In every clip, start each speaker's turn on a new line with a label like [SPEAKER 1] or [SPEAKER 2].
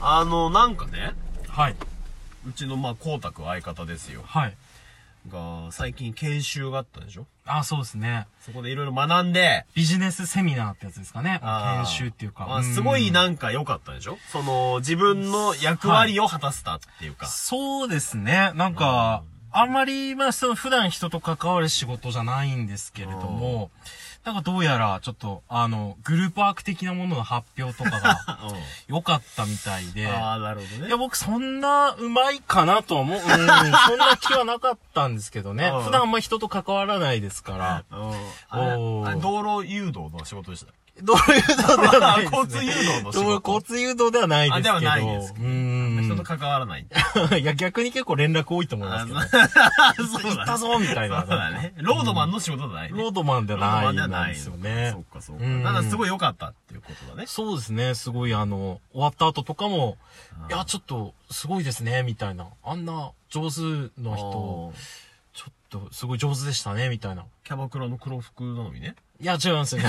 [SPEAKER 1] あの、なんかね、
[SPEAKER 2] はい。
[SPEAKER 1] うちの、まあ、光沢相方ですよ。
[SPEAKER 2] はい。
[SPEAKER 1] が、最近研修があったでしょ
[SPEAKER 2] あ、そうですね。
[SPEAKER 1] そこでいろいろ学んで、
[SPEAKER 2] ビジネスセミナーってやつですかね。
[SPEAKER 1] あー
[SPEAKER 2] 研修っていうか。
[SPEAKER 1] ま
[SPEAKER 2] う
[SPEAKER 1] あ、
[SPEAKER 2] ん
[SPEAKER 1] すごいなんか良かったでしょその、自分の役割を果たせたっていうか。
[SPEAKER 2] そうですね。なんか、あんまり、まあ、その普段人と関わる仕事じゃないんですけれども、なんかどうやら、ちょっと、あの、グループワーク的なものの発表とか が良かったみたいで、
[SPEAKER 1] ああ、なるほど
[SPEAKER 2] い
[SPEAKER 1] ね
[SPEAKER 2] や、。僕そんなうまいかなとは思う。うん、そんな気はなかったんですけどね
[SPEAKER 1] うん。
[SPEAKER 2] 普段あんま人と関わらないですから。
[SPEAKER 1] うんあれ
[SPEAKER 2] おー
[SPEAKER 1] あれ道路誘導の仕事でした。
[SPEAKER 2] どういうことではないです、ね。
[SPEAKER 1] 交通誘導の仕
[SPEAKER 2] どう
[SPEAKER 1] 事
[SPEAKER 2] 交通誘導ではないですけど。
[SPEAKER 1] あではないですけ
[SPEAKER 2] う
[SPEAKER 1] 人と
[SPEAKER 2] ん。
[SPEAKER 1] 関わらない。
[SPEAKER 2] いや、逆に結構連絡多いと思いますけど。
[SPEAKER 1] そう
[SPEAKER 2] 行ったぞみたいな
[SPEAKER 1] そうだね。ロードマンの仕事じゃないね。
[SPEAKER 2] ロードマンでは
[SPEAKER 1] ロードマン
[SPEAKER 2] ない
[SPEAKER 1] じゃ
[SPEAKER 2] な
[SPEAKER 1] なんい
[SPEAKER 2] ですよ
[SPEAKER 1] そっ
[SPEAKER 2] ね。
[SPEAKER 1] かそっ
[SPEAKER 2] う
[SPEAKER 1] か。
[SPEAKER 2] ん
[SPEAKER 1] ただすごい良かったっていうことだね。
[SPEAKER 2] そうですね、すごいあの、終わった後とかも、いや、ちょっと、すごいですね、みたいな。あんな上手の人、
[SPEAKER 1] あー
[SPEAKER 2] ちょっと、すごい上手でしたね、みたいな。
[SPEAKER 1] キャバクラの黒服なのにね。
[SPEAKER 2] いや、違うんですよね。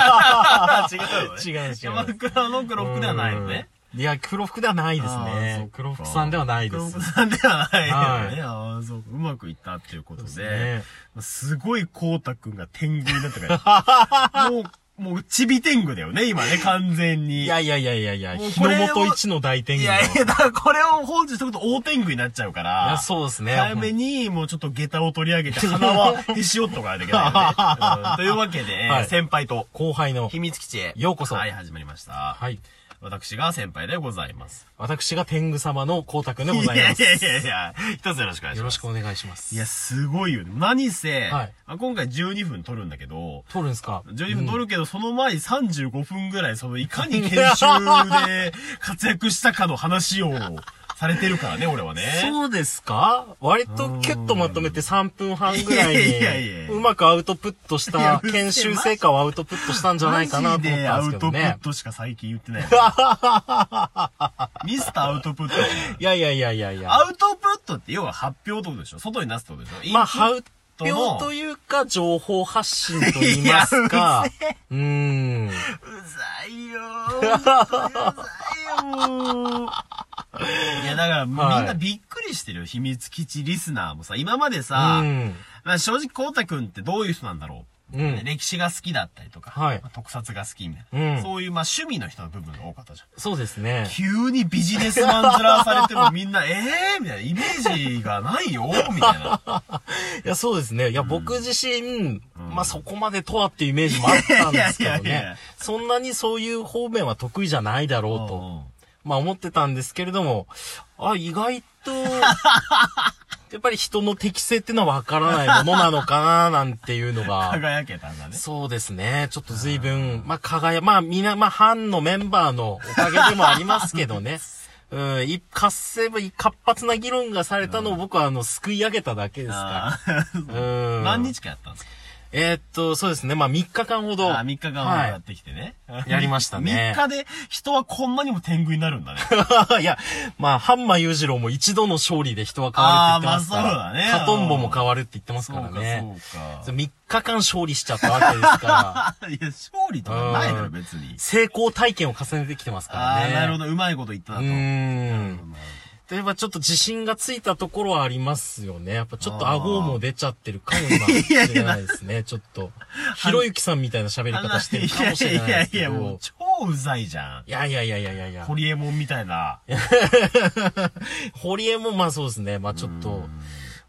[SPEAKER 1] ああ、違うのね
[SPEAKER 2] 違う違う
[SPEAKER 1] キャバクラの 黒服ではないのね。
[SPEAKER 2] うん。いや、黒服ではないです
[SPEAKER 1] あーそっ
[SPEAKER 2] ね
[SPEAKER 1] か。
[SPEAKER 2] 黒服さんではないです。
[SPEAKER 1] 黒服さんではないよね。
[SPEAKER 2] は
[SPEAKER 1] ああ、そうか。うまくいったっていうこと
[SPEAKER 2] そうです
[SPEAKER 1] で
[SPEAKER 2] ね。
[SPEAKER 1] すごい光太くんが天狗にな ったから。もう、もう、ちび天狗だよね、今ね、完全に。
[SPEAKER 2] いやいやいやいやいや、
[SPEAKER 1] もう
[SPEAKER 2] 日
[SPEAKER 1] これを
[SPEAKER 2] の本一の大天
[SPEAKER 1] い
[SPEAKER 2] 狗。
[SPEAKER 1] やいや、だからこれを放置しとくと大天狗になっちゃうから。
[SPEAKER 2] いやそうですね。
[SPEAKER 1] 早めに、もうちょっと下駄を取り上げて、鼻はへし折っとかないといけない よね。うんというわけで、
[SPEAKER 2] はい
[SPEAKER 1] 先輩と、
[SPEAKER 2] 後輩の
[SPEAKER 1] 秘、密基地へ。
[SPEAKER 2] ようこそ
[SPEAKER 1] はい、始まりました。
[SPEAKER 2] はい。
[SPEAKER 1] 私が先輩でございます。
[SPEAKER 2] 私が天狗様の光沢でございま す。
[SPEAKER 1] いやいやいやいや、一つよろしくお願いし
[SPEAKER 2] よ
[SPEAKER 1] ま
[SPEAKER 2] ろ
[SPEAKER 1] す。
[SPEAKER 2] しくお願いします。
[SPEAKER 1] いや、すごいよね。何せ、
[SPEAKER 2] はい
[SPEAKER 1] あ今回12分撮るんだけど、
[SPEAKER 2] 撮るんですか
[SPEAKER 1] 12分撮るけど、その前に35分ぐらい、その、いかに研修で活躍したかの話をされてるからね、俺はね。
[SPEAKER 2] そうですか割とキュッとまとめて3分半ぐらい
[SPEAKER 1] いやいやいやいや
[SPEAKER 2] に、うまくアウトプットし
[SPEAKER 1] いや
[SPEAKER 2] た
[SPEAKER 1] うっせえ
[SPEAKER 2] 研修成果をアウトプットしたんじゃないかなと思ったんですけど
[SPEAKER 1] マジでアウト
[SPEAKER 2] ね
[SPEAKER 1] プッ。トしか最近言っ てない。ミスターアウトプット。
[SPEAKER 2] いやいやいやいやいや。
[SPEAKER 1] アウトプットって要は発表ってことでしょ外に出すってことでしょ
[SPEAKER 2] まあ、発
[SPEAKER 1] インプットの
[SPEAKER 2] 表というか、情報発信と言いますか。うーん。
[SPEAKER 1] うざいよー。うざいよー。いや、だから、みん
[SPEAKER 2] はい
[SPEAKER 1] なびっくりしてるよ。秘密基地リスナーもさ、今まで
[SPEAKER 2] う
[SPEAKER 1] さ、
[SPEAKER 2] ん。
[SPEAKER 1] まあ正直、こうたくんってどういう人なんだろう。
[SPEAKER 2] うん
[SPEAKER 1] 歴史が好きだったりとか、
[SPEAKER 2] はい
[SPEAKER 1] まあ特撮が好きみたいな、
[SPEAKER 2] うん
[SPEAKER 1] そういう、まあ、趣味の人の部分が多かったじゃん。
[SPEAKER 2] そうですね。
[SPEAKER 1] 急にビジネスマンずらされてもみんな、ええー、みたいな、イメージがないよみたい な。
[SPEAKER 2] いや、そうですね。いや、僕自身、まあ、そこまでとはっていうイメージもあったんですけど
[SPEAKER 1] いやいやいや
[SPEAKER 2] ね。そんなにそういう方面は得意じゃないだろうと、まあ、思ってたんですけれども、あ、意外 と、やっぱり人の適性っていうのはわからないものなのかな、なんていうの が。
[SPEAKER 1] 輝けたんだね。
[SPEAKER 2] そうですね。ちょっと随分、まあ、輝、まあ、みな、まあ、班のメンバーのおかげでもありますけ どね。うん、い、活性ば、活発な議論がされたのを僕は、あの、救い上げただけですか
[SPEAKER 1] あー
[SPEAKER 2] ら。うん。
[SPEAKER 1] 何日間やったんですか
[SPEAKER 2] えーっと、そうですね。まあ、3日間ほど。
[SPEAKER 1] あ、3日間もやってきてね。
[SPEAKER 2] いやりました ね
[SPEAKER 1] 3日で人はこんなにも天狗になるんだ ね。
[SPEAKER 2] はい。いや、まあ、ハンマー裕次郎も一度の勝利で人は変わるって言ってますから。
[SPEAKER 1] あーまあそうだね
[SPEAKER 2] カトンボも変わるって言ってますからね。
[SPEAKER 1] そうか。
[SPEAKER 2] 3日間勝利しちゃったわけですから。
[SPEAKER 1] あいや、勝利とか ないだろ、別に。
[SPEAKER 2] 成功体験を重ねてきてますから
[SPEAKER 1] あ
[SPEAKER 2] ね。
[SPEAKER 1] あ、なるほど。うまいこと言ったな
[SPEAKER 2] う
[SPEAKER 1] と。
[SPEAKER 2] ー
[SPEAKER 1] なるほ
[SPEAKER 2] ん。
[SPEAKER 1] ど
[SPEAKER 2] 例えばちょっと自信がついたところはありますよね。やっぱちょっと顎も出ちゃってるかもしれないですね。ちょっと。ひろゆきさんみたいな喋り
[SPEAKER 1] あん
[SPEAKER 2] 方
[SPEAKER 1] な
[SPEAKER 2] してるかもしれない
[SPEAKER 1] いや
[SPEAKER 2] で
[SPEAKER 1] い
[SPEAKER 2] す
[SPEAKER 1] やいや、
[SPEAKER 2] け
[SPEAKER 1] もう
[SPEAKER 2] ど。
[SPEAKER 1] 超うざいじゃん。
[SPEAKER 2] いやいやいやいやいやいや
[SPEAKER 1] ホ。リエモンみたいな。
[SPEAKER 2] ホリエもまあそうですね。まあちょっと、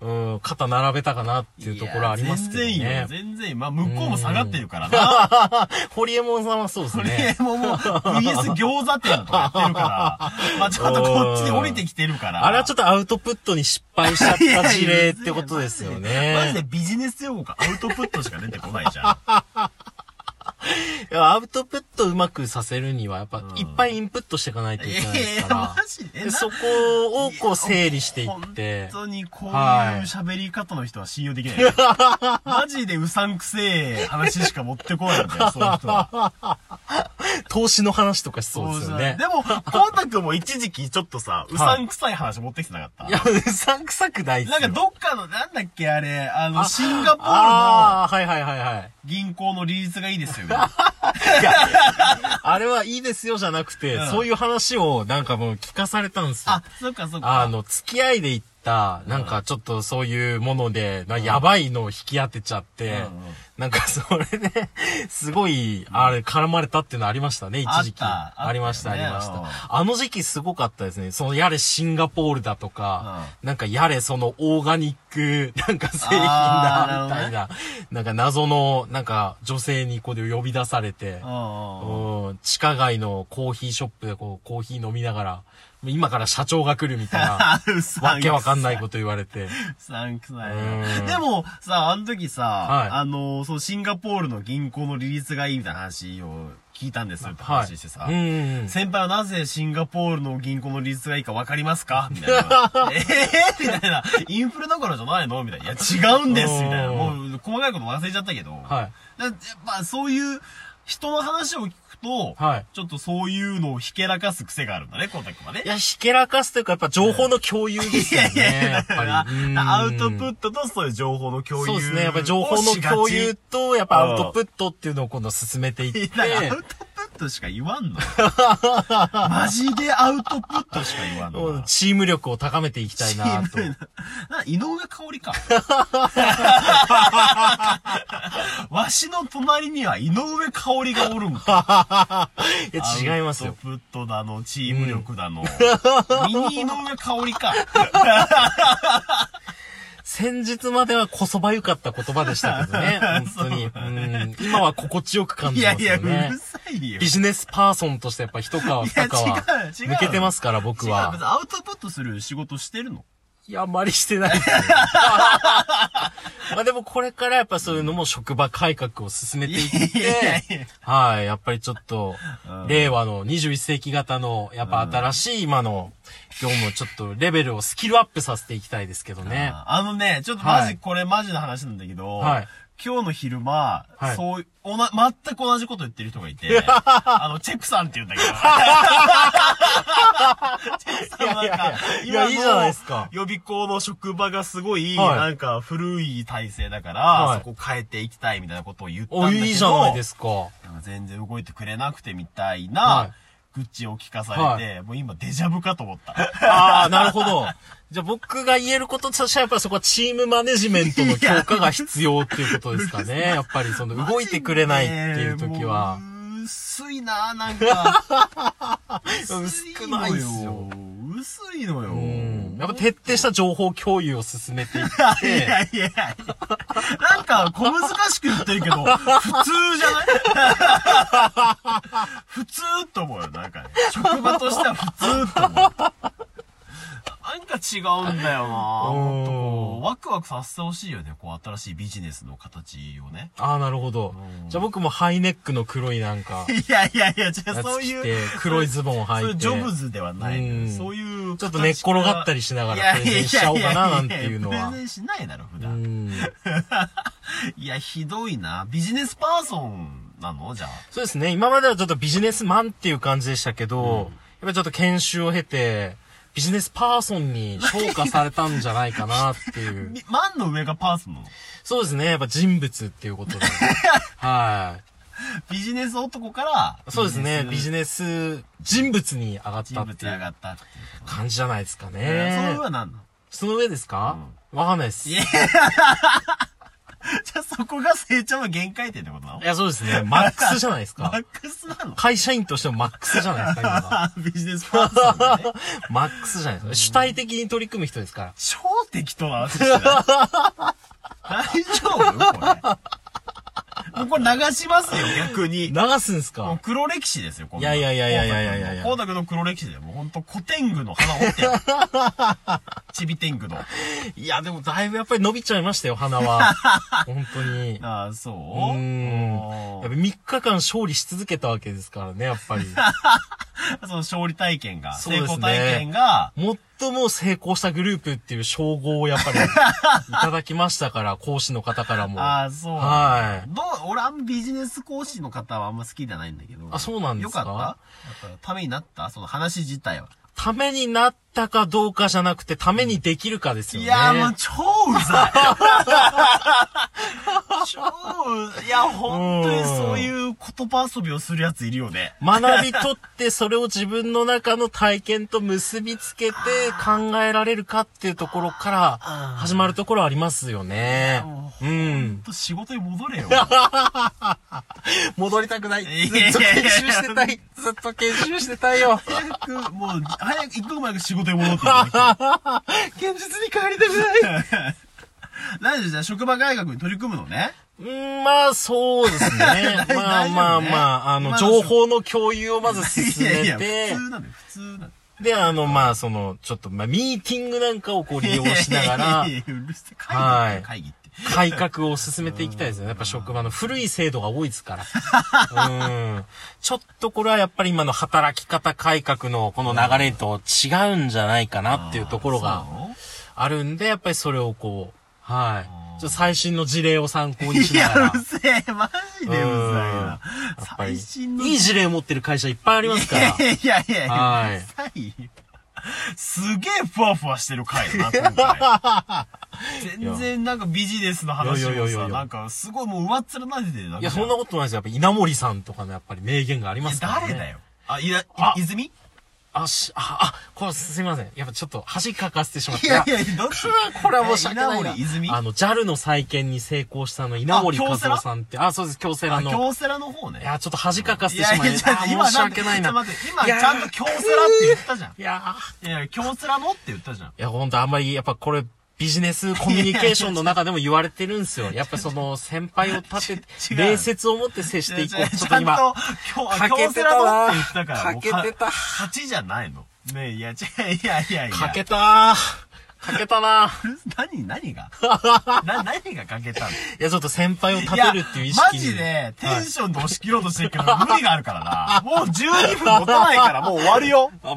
[SPEAKER 2] うん、肩並べたかなっていうところありますけど
[SPEAKER 1] いや全。
[SPEAKER 2] ね
[SPEAKER 1] 然いいよ、全然いい。まあ、向こうも下がってるからな。
[SPEAKER 2] ホリエモンさんはそうです
[SPEAKER 1] ホリエ
[SPEAKER 2] ね。
[SPEAKER 1] モンも VS 餃子店とかやってる から、まあ、ちょっとこっちに降りてきてるから。
[SPEAKER 2] あれはちょ
[SPEAKER 1] っ
[SPEAKER 2] っとアウトプットに失敗しちゃった事例ってことですよ
[SPEAKER 1] マジで
[SPEAKER 2] ね。
[SPEAKER 1] ビジネス用語かアウトプットしか出てこないじゃん。
[SPEAKER 2] いやアウトプットうまくさせるには、やっぱいっぱいインプットしていかないといけないですから
[SPEAKER 1] マ。ジで。
[SPEAKER 2] でそこをこう整理していって
[SPEAKER 1] 本。当にこういう
[SPEAKER 2] はい
[SPEAKER 1] 喋り方の人は信用できない。マジでうさんくせえ話しか持ってこないんだよ、その人は。
[SPEAKER 2] 投資の話とかし そうですよね。
[SPEAKER 1] でも、コウタくんも一時期ちょっとさ、うさんくさい話持ってきてなかった、
[SPEAKER 2] いや、うさんくさくないっす
[SPEAKER 1] な
[SPEAKER 2] よ。
[SPEAKER 1] んかどっかの、なんだっけあれ、あの、シンガポールの
[SPEAKER 2] ああ、はいはいはいはい。
[SPEAKER 1] 銀行の利率がいいですよね。
[SPEAKER 2] いや、あれはいいですよじゃなくて、
[SPEAKER 1] うん
[SPEAKER 2] そういう話をなんかもう聞かされたんですよ
[SPEAKER 1] あ。、そっかそっか。
[SPEAKER 2] あの、付き合いで行った、なんかちょっとそういうもので、なやばいのを引き当てちゃって、
[SPEAKER 1] うんうん
[SPEAKER 2] なんかそれで、すごい、あれ、絡まれたっていうのありましたね、一時期。
[SPEAKER 1] あったあったよね
[SPEAKER 2] りました、ありまし
[SPEAKER 1] うん
[SPEAKER 2] た。あの時期すごかったですね。そのやれシンガポールだとか、なんかやれそのオーガニック、 なんか製品だ、
[SPEAKER 1] あー
[SPEAKER 2] みたいな。なんか謎の、なんか女性にこうで呼び出されて、
[SPEAKER 1] うんうんうん
[SPEAKER 2] うん、地下街のコーヒーショップでこう、コーヒー飲みながら、もう今から社長が来るみたいな、
[SPEAKER 1] あうさんくさい
[SPEAKER 2] わけわかんないこと言われて。
[SPEAKER 1] うさんくさ
[SPEAKER 2] うん
[SPEAKER 1] い。でも、さ、あの時さ、
[SPEAKER 2] はい
[SPEAKER 1] あの、そう、シンガポールの銀行の利率がいいみたいな話を聞いたんですよって
[SPEAKER 2] はい。
[SPEAKER 1] 話してさ。
[SPEAKER 2] うんうん。
[SPEAKER 1] 先輩はなぜシンガポールの銀行の利率がいいか分かります かみたいな。ええみたいな。インフレだからじゃないのみたいな。いや、違うんですみたいな。
[SPEAKER 2] うん
[SPEAKER 1] もう、細かいこと忘れちゃったけど。
[SPEAKER 2] は
[SPEAKER 1] だやっぱ、そういう、人の話を聞くと、
[SPEAKER 2] はい
[SPEAKER 1] ちょっとそういうのをひけらかす癖があるんだね、コンタクトはね
[SPEAKER 2] い。。や、ひけらかすというか、やっぱ情報の共有ですよね。やっ ぱり。うん
[SPEAKER 1] アウトプットとそういう情報の共有
[SPEAKER 2] そうですね。やっぱり情報の共有と、やっぱアウトプットっていうのを今度進めていっ
[SPEAKER 1] い
[SPEAKER 2] て。
[SPEAKER 1] やアウトプットしか言わ んの。マジでアウトプットしか言わんの
[SPEAKER 2] うん
[SPEAKER 1] な。
[SPEAKER 2] チーム力を高めていきたい なと。
[SPEAKER 1] な、井上香織 か。わしの隣には井上香織がおるんか。
[SPEAKER 2] いや、違います
[SPEAKER 1] アウ
[SPEAKER 2] よ。
[SPEAKER 1] トプットだの、チーム力だの。ミニ井上香織 か。
[SPEAKER 2] 先日まではこそばゆかった言葉でしたけ どね。本当に。うん今は心地よく感
[SPEAKER 1] い
[SPEAKER 2] じ
[SPEAKER 1] や
[SPEAKER 2] ま
[SPEAKER 1] い
[SPEAKER 2] す
[SPEAKER 1] や、
[SPEAKER 2] よ
[SPEAKER 1] う
[SPEAKER 2] ね。
[SPEAKER 1] るさいよ。
[SPEAKER 2] ビジネスパーソンとしてやっぱ一皮二皮
[SPEAKER 1] 違う違う
[SPEAKER 2] 抜けてますから僕
[SPEAKER 1] 違う別
[SPEAKER 2] は。
[SPEAKER 1] にアウトプットする仕事してるの
[SPEAKER 2] いや、あんまりしてない ですね。まあでもこれからやっぱそういうのも職場改革を進めていっ
[SPEAKER 1] いやいやい
[SPEAKER 2] て
[SPEAKER 1] や、
[SPEAKER 2] はい、やっぱりちょっと
[SPEAKER 1] う、ん
[SPEAKER 2] 令和の21世紀型の、やっぱ新しい今の業務をちょっとレベルをスキルアップさせていきたいですけどね。
[SPEAKER 1] ああのね、ちょっとマジ、
[SPEAKER 2] はい
[SPEAKER 1] これマジな話なんだけど、
[SPEAKER 2] はい
[SPEAKER 1] 今日の昼間、
[SPEAKER 2] はい
[SPEAKER 1] そういう、おな、全く同じこと言ってる人がいて、あの、チェックさんって言うん だけど。チェックさんはなんか、
[SPEAKER 2] いやいやいやいやいいじゃないですか
[SPEAKER 1] 予備校の職場がすごい、
[SPEAKER 2] はい
[SPEAKER 1] なんか古い体制だから、
[SPEAKER 2] はい
[SPEAKER 1] そこ変えていきたいみたいなことを言ったん
[SPEAKER 2] お、
[SPEAKER 1] だけど、
[SPEAKER 2] いいじゃないですか。
[SPEAKER 1] なんか全然動いてくれなくてみたい
[SPEAKER 2] は
[SPEAKER 1] な、愚痴を聞かされて、もう今デジャブかと思った。
[SPEAKER 2] ああ、なるほど。じゃあ僕が言えることとしてはやっぱりそこはチームマネジメントの強化が必要っていうことですかね。 やっぱりその動いてくれないっていう時は
[SPEAKER 1] ね。え。もう薄いな、なんか。
[SPEAKER 2] 薄くないっすよ。
[SPEAKER 1] 薄いのよ。
[SPEAKER 2] うんやっぱ徹底した情報共有を進めていっ
[SPEAKER 1] いや
[SPEAKER 2] て、
[SPEAKER 1] いやいや。なんか、小難しく言ってるけど、普通じゃない普通と思うよ、なんかね。職場としては普通と思う。なんか違うんだよなもっとこう、ワクワクさせてほしいよね、こう、新しいビジネスの形をね。
[SPEAKER 2] ああ、なるほど。じゃあ僕もハイネックの黒いなんか、
[SPEAKER 1] いやいやいや、じゃあ
[SPEAKER 2] やつ
[SPEAKER 1] そうい
[SPEAKER 2] 着
[SPEAKER 1] う
[SPEAKER 2] て、、黒いズボンを
[SPEAKER 1] そう
[SPEAKER 2] 履
[SPEAKER 1] いう
[SPEAKER 2] いて、
[SPEAKER 1] ジ
[SPEAKER 2] ち
[SPEAKER 1] ョブズではないのよ、
[SPEAKER 2] うん
[SPEAKER 1] そういう。
[SPEAKER 2] ょっと寝っ転がったりしなが
[SPEAKER 1] い
[SPEAKER 2] ら
[SPEAKER 1] や
[SPEAKER 2] プ
[SPEAKER 1] い
[SPEAKER 2] レ
[SPEAKER 1] やいや
[SPEAKER 2] ゼ
[SPEAKER 1] いや
[SPEAKER 2] ンしちゃおうかななんていうのは
[SPEAKER 1] プレ。ゼンしないだろ、普
[SPEAKER 2] う
[SPEAKER 1] 段。
[SPEAKER 2] ん
[SPEAKER 1] いや、ひどいな。ビジネスパーソンなのじゃあ。
[SPEAKER 2] そうですね。今まではちょっとビジネスマンっていう感じでしたけど、やっぱりちょっと研修を経て、ビジネスパーソンに昇華されたんじゃないかなってい う。
[SPEAKER 1] み万の上がパーソンなの
[SPEAKER 2] そうですね。やっぱ人物っていう ことで。はい。
[SPEAKER 1] ビジネス男から、
[SPEAKER 2] そうですね。ビジネス人物に上がった
[SPEAKER 1] 人
[SPEAKER 2] っ
[SPEAKER 1] 物
[SPEAKER 2] て
[SPEAKER 1] に
[SPEAKER 2] い
[SPEAKER 1] 上
[SPEAKER 2] う
[SPEAKER 1] がったっていう。
[SPEAKER 2] 感じじゃないですか
[SPEAKER 1] その上
[SPEAKER 2] ね。
[SPEAKER 1] は何なの
[SPEAKER 2] その上ですかわかんないです。
[SPEAKER 1] い
[SPEAKER 2] い
[SPEAKER 1] やじゃあそこが成長の限界点ってことなの
[SPEAKER 2] や、そうですね。マックスじゃないです
[SPEAKER 1] マ
[SPEAKER 2] か
[SPEAKER 1] ッ。クスなの
[SPEAKER 2] 会社員としてもマックスじゃないですか、 今が。
[SPEAKER 1] あビジネスパーソンだね。
[SPEAKER 2] マックスじゃないですか。主体的に取り組む人ですから。
[SPEAKER 1] 超適当な話してない大丈夫これ。もうこれ流しますよ、逆に。
[SPEAKER 2] 流すんですか
[SPEAKER 1] もう黒歴史ですよ、こん
[SPEAKER 2] いやいやいやいやいやいやいや
[SPEAKER 1] 光沢の黒歴史で、もうほんと古典具の花折ってやる。ちび天狗の。
[SPEAKER 2] いや、でもだいぶやっぱり伸びちゃいましたよ、鼻は。本当に。う
[SPEAKER 1] ああ、そう
[SPEAKER 2] ーん。
[SPEAKER 1] お
[SPEAKER 2] やっぱ
[SPEAKER 1] ー
[SPEAKER 2] 3日間勝利し続けたわけですからね、やっぱ り。
[SPEAKER 1] その勝利体験が、
[SPEAKER 2] そう
[SPEAKER 1] 成
[SPEAKER 2] ですね
[SPEAKER 1] 功体験が、
[SPEAKER 2] 最も成功したグループっていう称号を やっぱりいただきましたから、講師の方からも。
[SPEAKER 1] ああ、そう。
[SPEAKER 2] はい
[SPEAKER 1] どう、俺あんまビジネス講師の方はあんま好きじゃないんだけど。
[SPEAKER 2] あそうなんですか
[SPEAKER 1] よかったやっぱためになったその話自体は。
[SPEAKER 2] ためになったかどうかじゃなくて、ためにできるかですよ
[SPEAKER 1] い
[SPEAKER 2] ね。
[SPEAKER 1] やーもう超うざい。超う、いや、本当にそういう言葉遊びをするやついるよね。
[SPEAKER 2] 学び取って、それを自分の中の体験と結びつけて考えられるかっていうところから始まるところありますよね。うん
[SPEAKER 1] ほん。と仕事に戻れよ。
[SPEAKER 2] 戻りたくない。
[SPEAKER 1] い
[SPEAKER 2] ずっと研修してたい。ずっと研修してたい よ。
[SPEAKER 1] 早く、もう、早く、一刻も早く仕事に戻っていただきたい
[SPEAKER 2] 現実に帰りたくない。
[SPEAKER 1] 何でじゃあ職場改革に取り組むのね。。
[SPEAKER 2] うん、まあ、そう ですねまあまあまあ、あ
[SPEAKER 1] ま
[SPEAKER 2] の、
[SPEAKER 1] あ
[SPEAKER 2] 情報の共有をまず
[SPEAKER 1] い
[SPEAKER 2] 進
[SPEAKER 1] やい
[SPEAKER 2] め
[SPEAKER 1] や、普
[SPEAKER 2] て、
[SPEAKER 1] 通なのよ、普通なのよ。
[SPEAKER 2] で、あの、まあ、その、ちょっと、まあ、ミーティングなんかをこう利用しながら
[SPEAKER 1] いや、いやうるせえ
[SPEAKER 2] は
[SPEAKER 1] 会議って
[SPEAKER 2] い
[SPEAKER 1] 会議って。
[SPEAKER 2] 改革を進めていきたいですよね。やっぱ職場の古い制度が多いですから。うん。ちょっとこれはやっぱり今の働き方改革のこの流れと違うんじゃないかなっていうところがあるんで、やっぱりそれをこう、はい。ちょっと最新の事例を参考にし
[SPEAKER 1] い
[SPEAKER 2] な
[SPEAKER 1] や、
[SPEAKER 2] がら
[SPEAKER 1] う。るせえ、マジでうるさいな。
[SPEAKER 2] やっぱり、
[SPEAKER 1] 最
[SPEAKER 2] いい
[SPEAKER 1] 新の。
[SPEAKER 2] 事例持ってる会社いっぱいありますか
[SPEAKER 1] い
[SPEAKER 2] ら。
[SPEAKER 1] やいやいや、
[SPEAKER 2] はいう
[SPEAKER 1] るさいよ。すげえふわふわしてる回だな、今回。全然なんかビジネスの話
[SPEAKER 2] いや
[SPEAKER 1] を
[SPEAKER 2] いやいや
[SPEAKER 1] さ、
[SPEAKER 2] いや
[SPEAKER 1] なんかすごいもう上っ面なんでて
[SPEAKER 2] いや、そんなことないですよ。やっぱ稲森さんとかのやっぱり名言がありますから、ね。
[SPEAKER 1] 誰だよ。あ、いや、い
[SPEAKER 2] あ
[SPEAKER 1] 泉
[SPEAKER 2] あ、し、あ、あ、これすいません。やっぱちょっと恥かかせてしまっ
[SPEAKER 1] い
[SPEAKER 2] た。
[SPEAKER 1] やいや、どっち
[SPEAKER 2] これは申し訳ない
[SPEAKER 1] え稲
[SPEAKER 2] な。
[SPEAKER 1] 森泉
[SPEAKER 2] あの、JAL の再建に成功したあの、稲森
[SPEAKER 1] あ
[SPEAKER 2] 和
[SPEAKER 1] 京セラ
[SPEAKER 2] 夫さんって、あ、そうです、京セラの。
[SPEAKER 1] 京セラの方ね
[SPEAKER 2] い。や、ちょっと恥かかせ
[SPEAKER 1] い
[SPEAKER 2] てし
[SPEAKER 1] やい
[SPEAKER 2] まい
[SPEAKER 1] や、
[SPEAKER 2] まし
[SPEAKER 1] ちょっ
[SPEAKER 2] た。あ
[SPEAKER 1] と
[SPEAKER 2] ー
[SPEAKER 1] 今
[SPEAKER 2] 申し
[SPEAKER 1] なん
[SPEAKER 2] 訳
[SPEAKER 1] て、
[SPEAKER 2] ない
[SPEAKER 1] ちょ
[SPEAKER 2] な。
[SPEAKER 1] っと待
[SPEAKER 2] い
[SPEAKER 1] って、今ちゃんと京セラって言ったじゃん。
[SPEAKER 2] やー
[SPEAKER 1] いやいや、京セラのって言ったじゃん。
[SPEAKER 2] いや、ほんとあんまり、やっぱこれ、ビジネスコミュニケーションの中でも言われてるんで すよ。やっぱその、先輩を立
[SPEAKER 1] 違
[SPEAKER 2] て、
[SPEAKER 1] う
[SPEAKER 2] 礼節を持って接していこ
[SPEAKER 1] いや
[SPEAKER 2] う。
[SPEAKER 1] ち
[SPEAKER 2] ちょ
[SPEAKER 1] ゃ
[SPEAKER 2] っと
[SPEAKER 1] ん
[SPEAKER 2] 今、
[SPEAKER 1] と、京あ京セラのって言ったから、
[SPEAKER 2] かけてた
[SPEAKER 1] もう勝ちじゃないの。ねえ、いや、ちいやいやいや。
[SPEAKER 2] かけたー。かけたなー。
[SPEAKER 1] 何、何 がな、何がかけたの
[SPEAKER 2] いや、ちょっと先輩を立
[SPEAKER 1] い
[SPEAKER 2] て
[SPEAKER 1] や
[SPEAKER 2] るっていう意識
[SPEAKER 1] マ
[SPEAKER 2] に。
[SPEAKER 1] ジで、テンションで押し切ろうとしてるけど、無理があるからな。もう12分持たないから、もう終わるよ。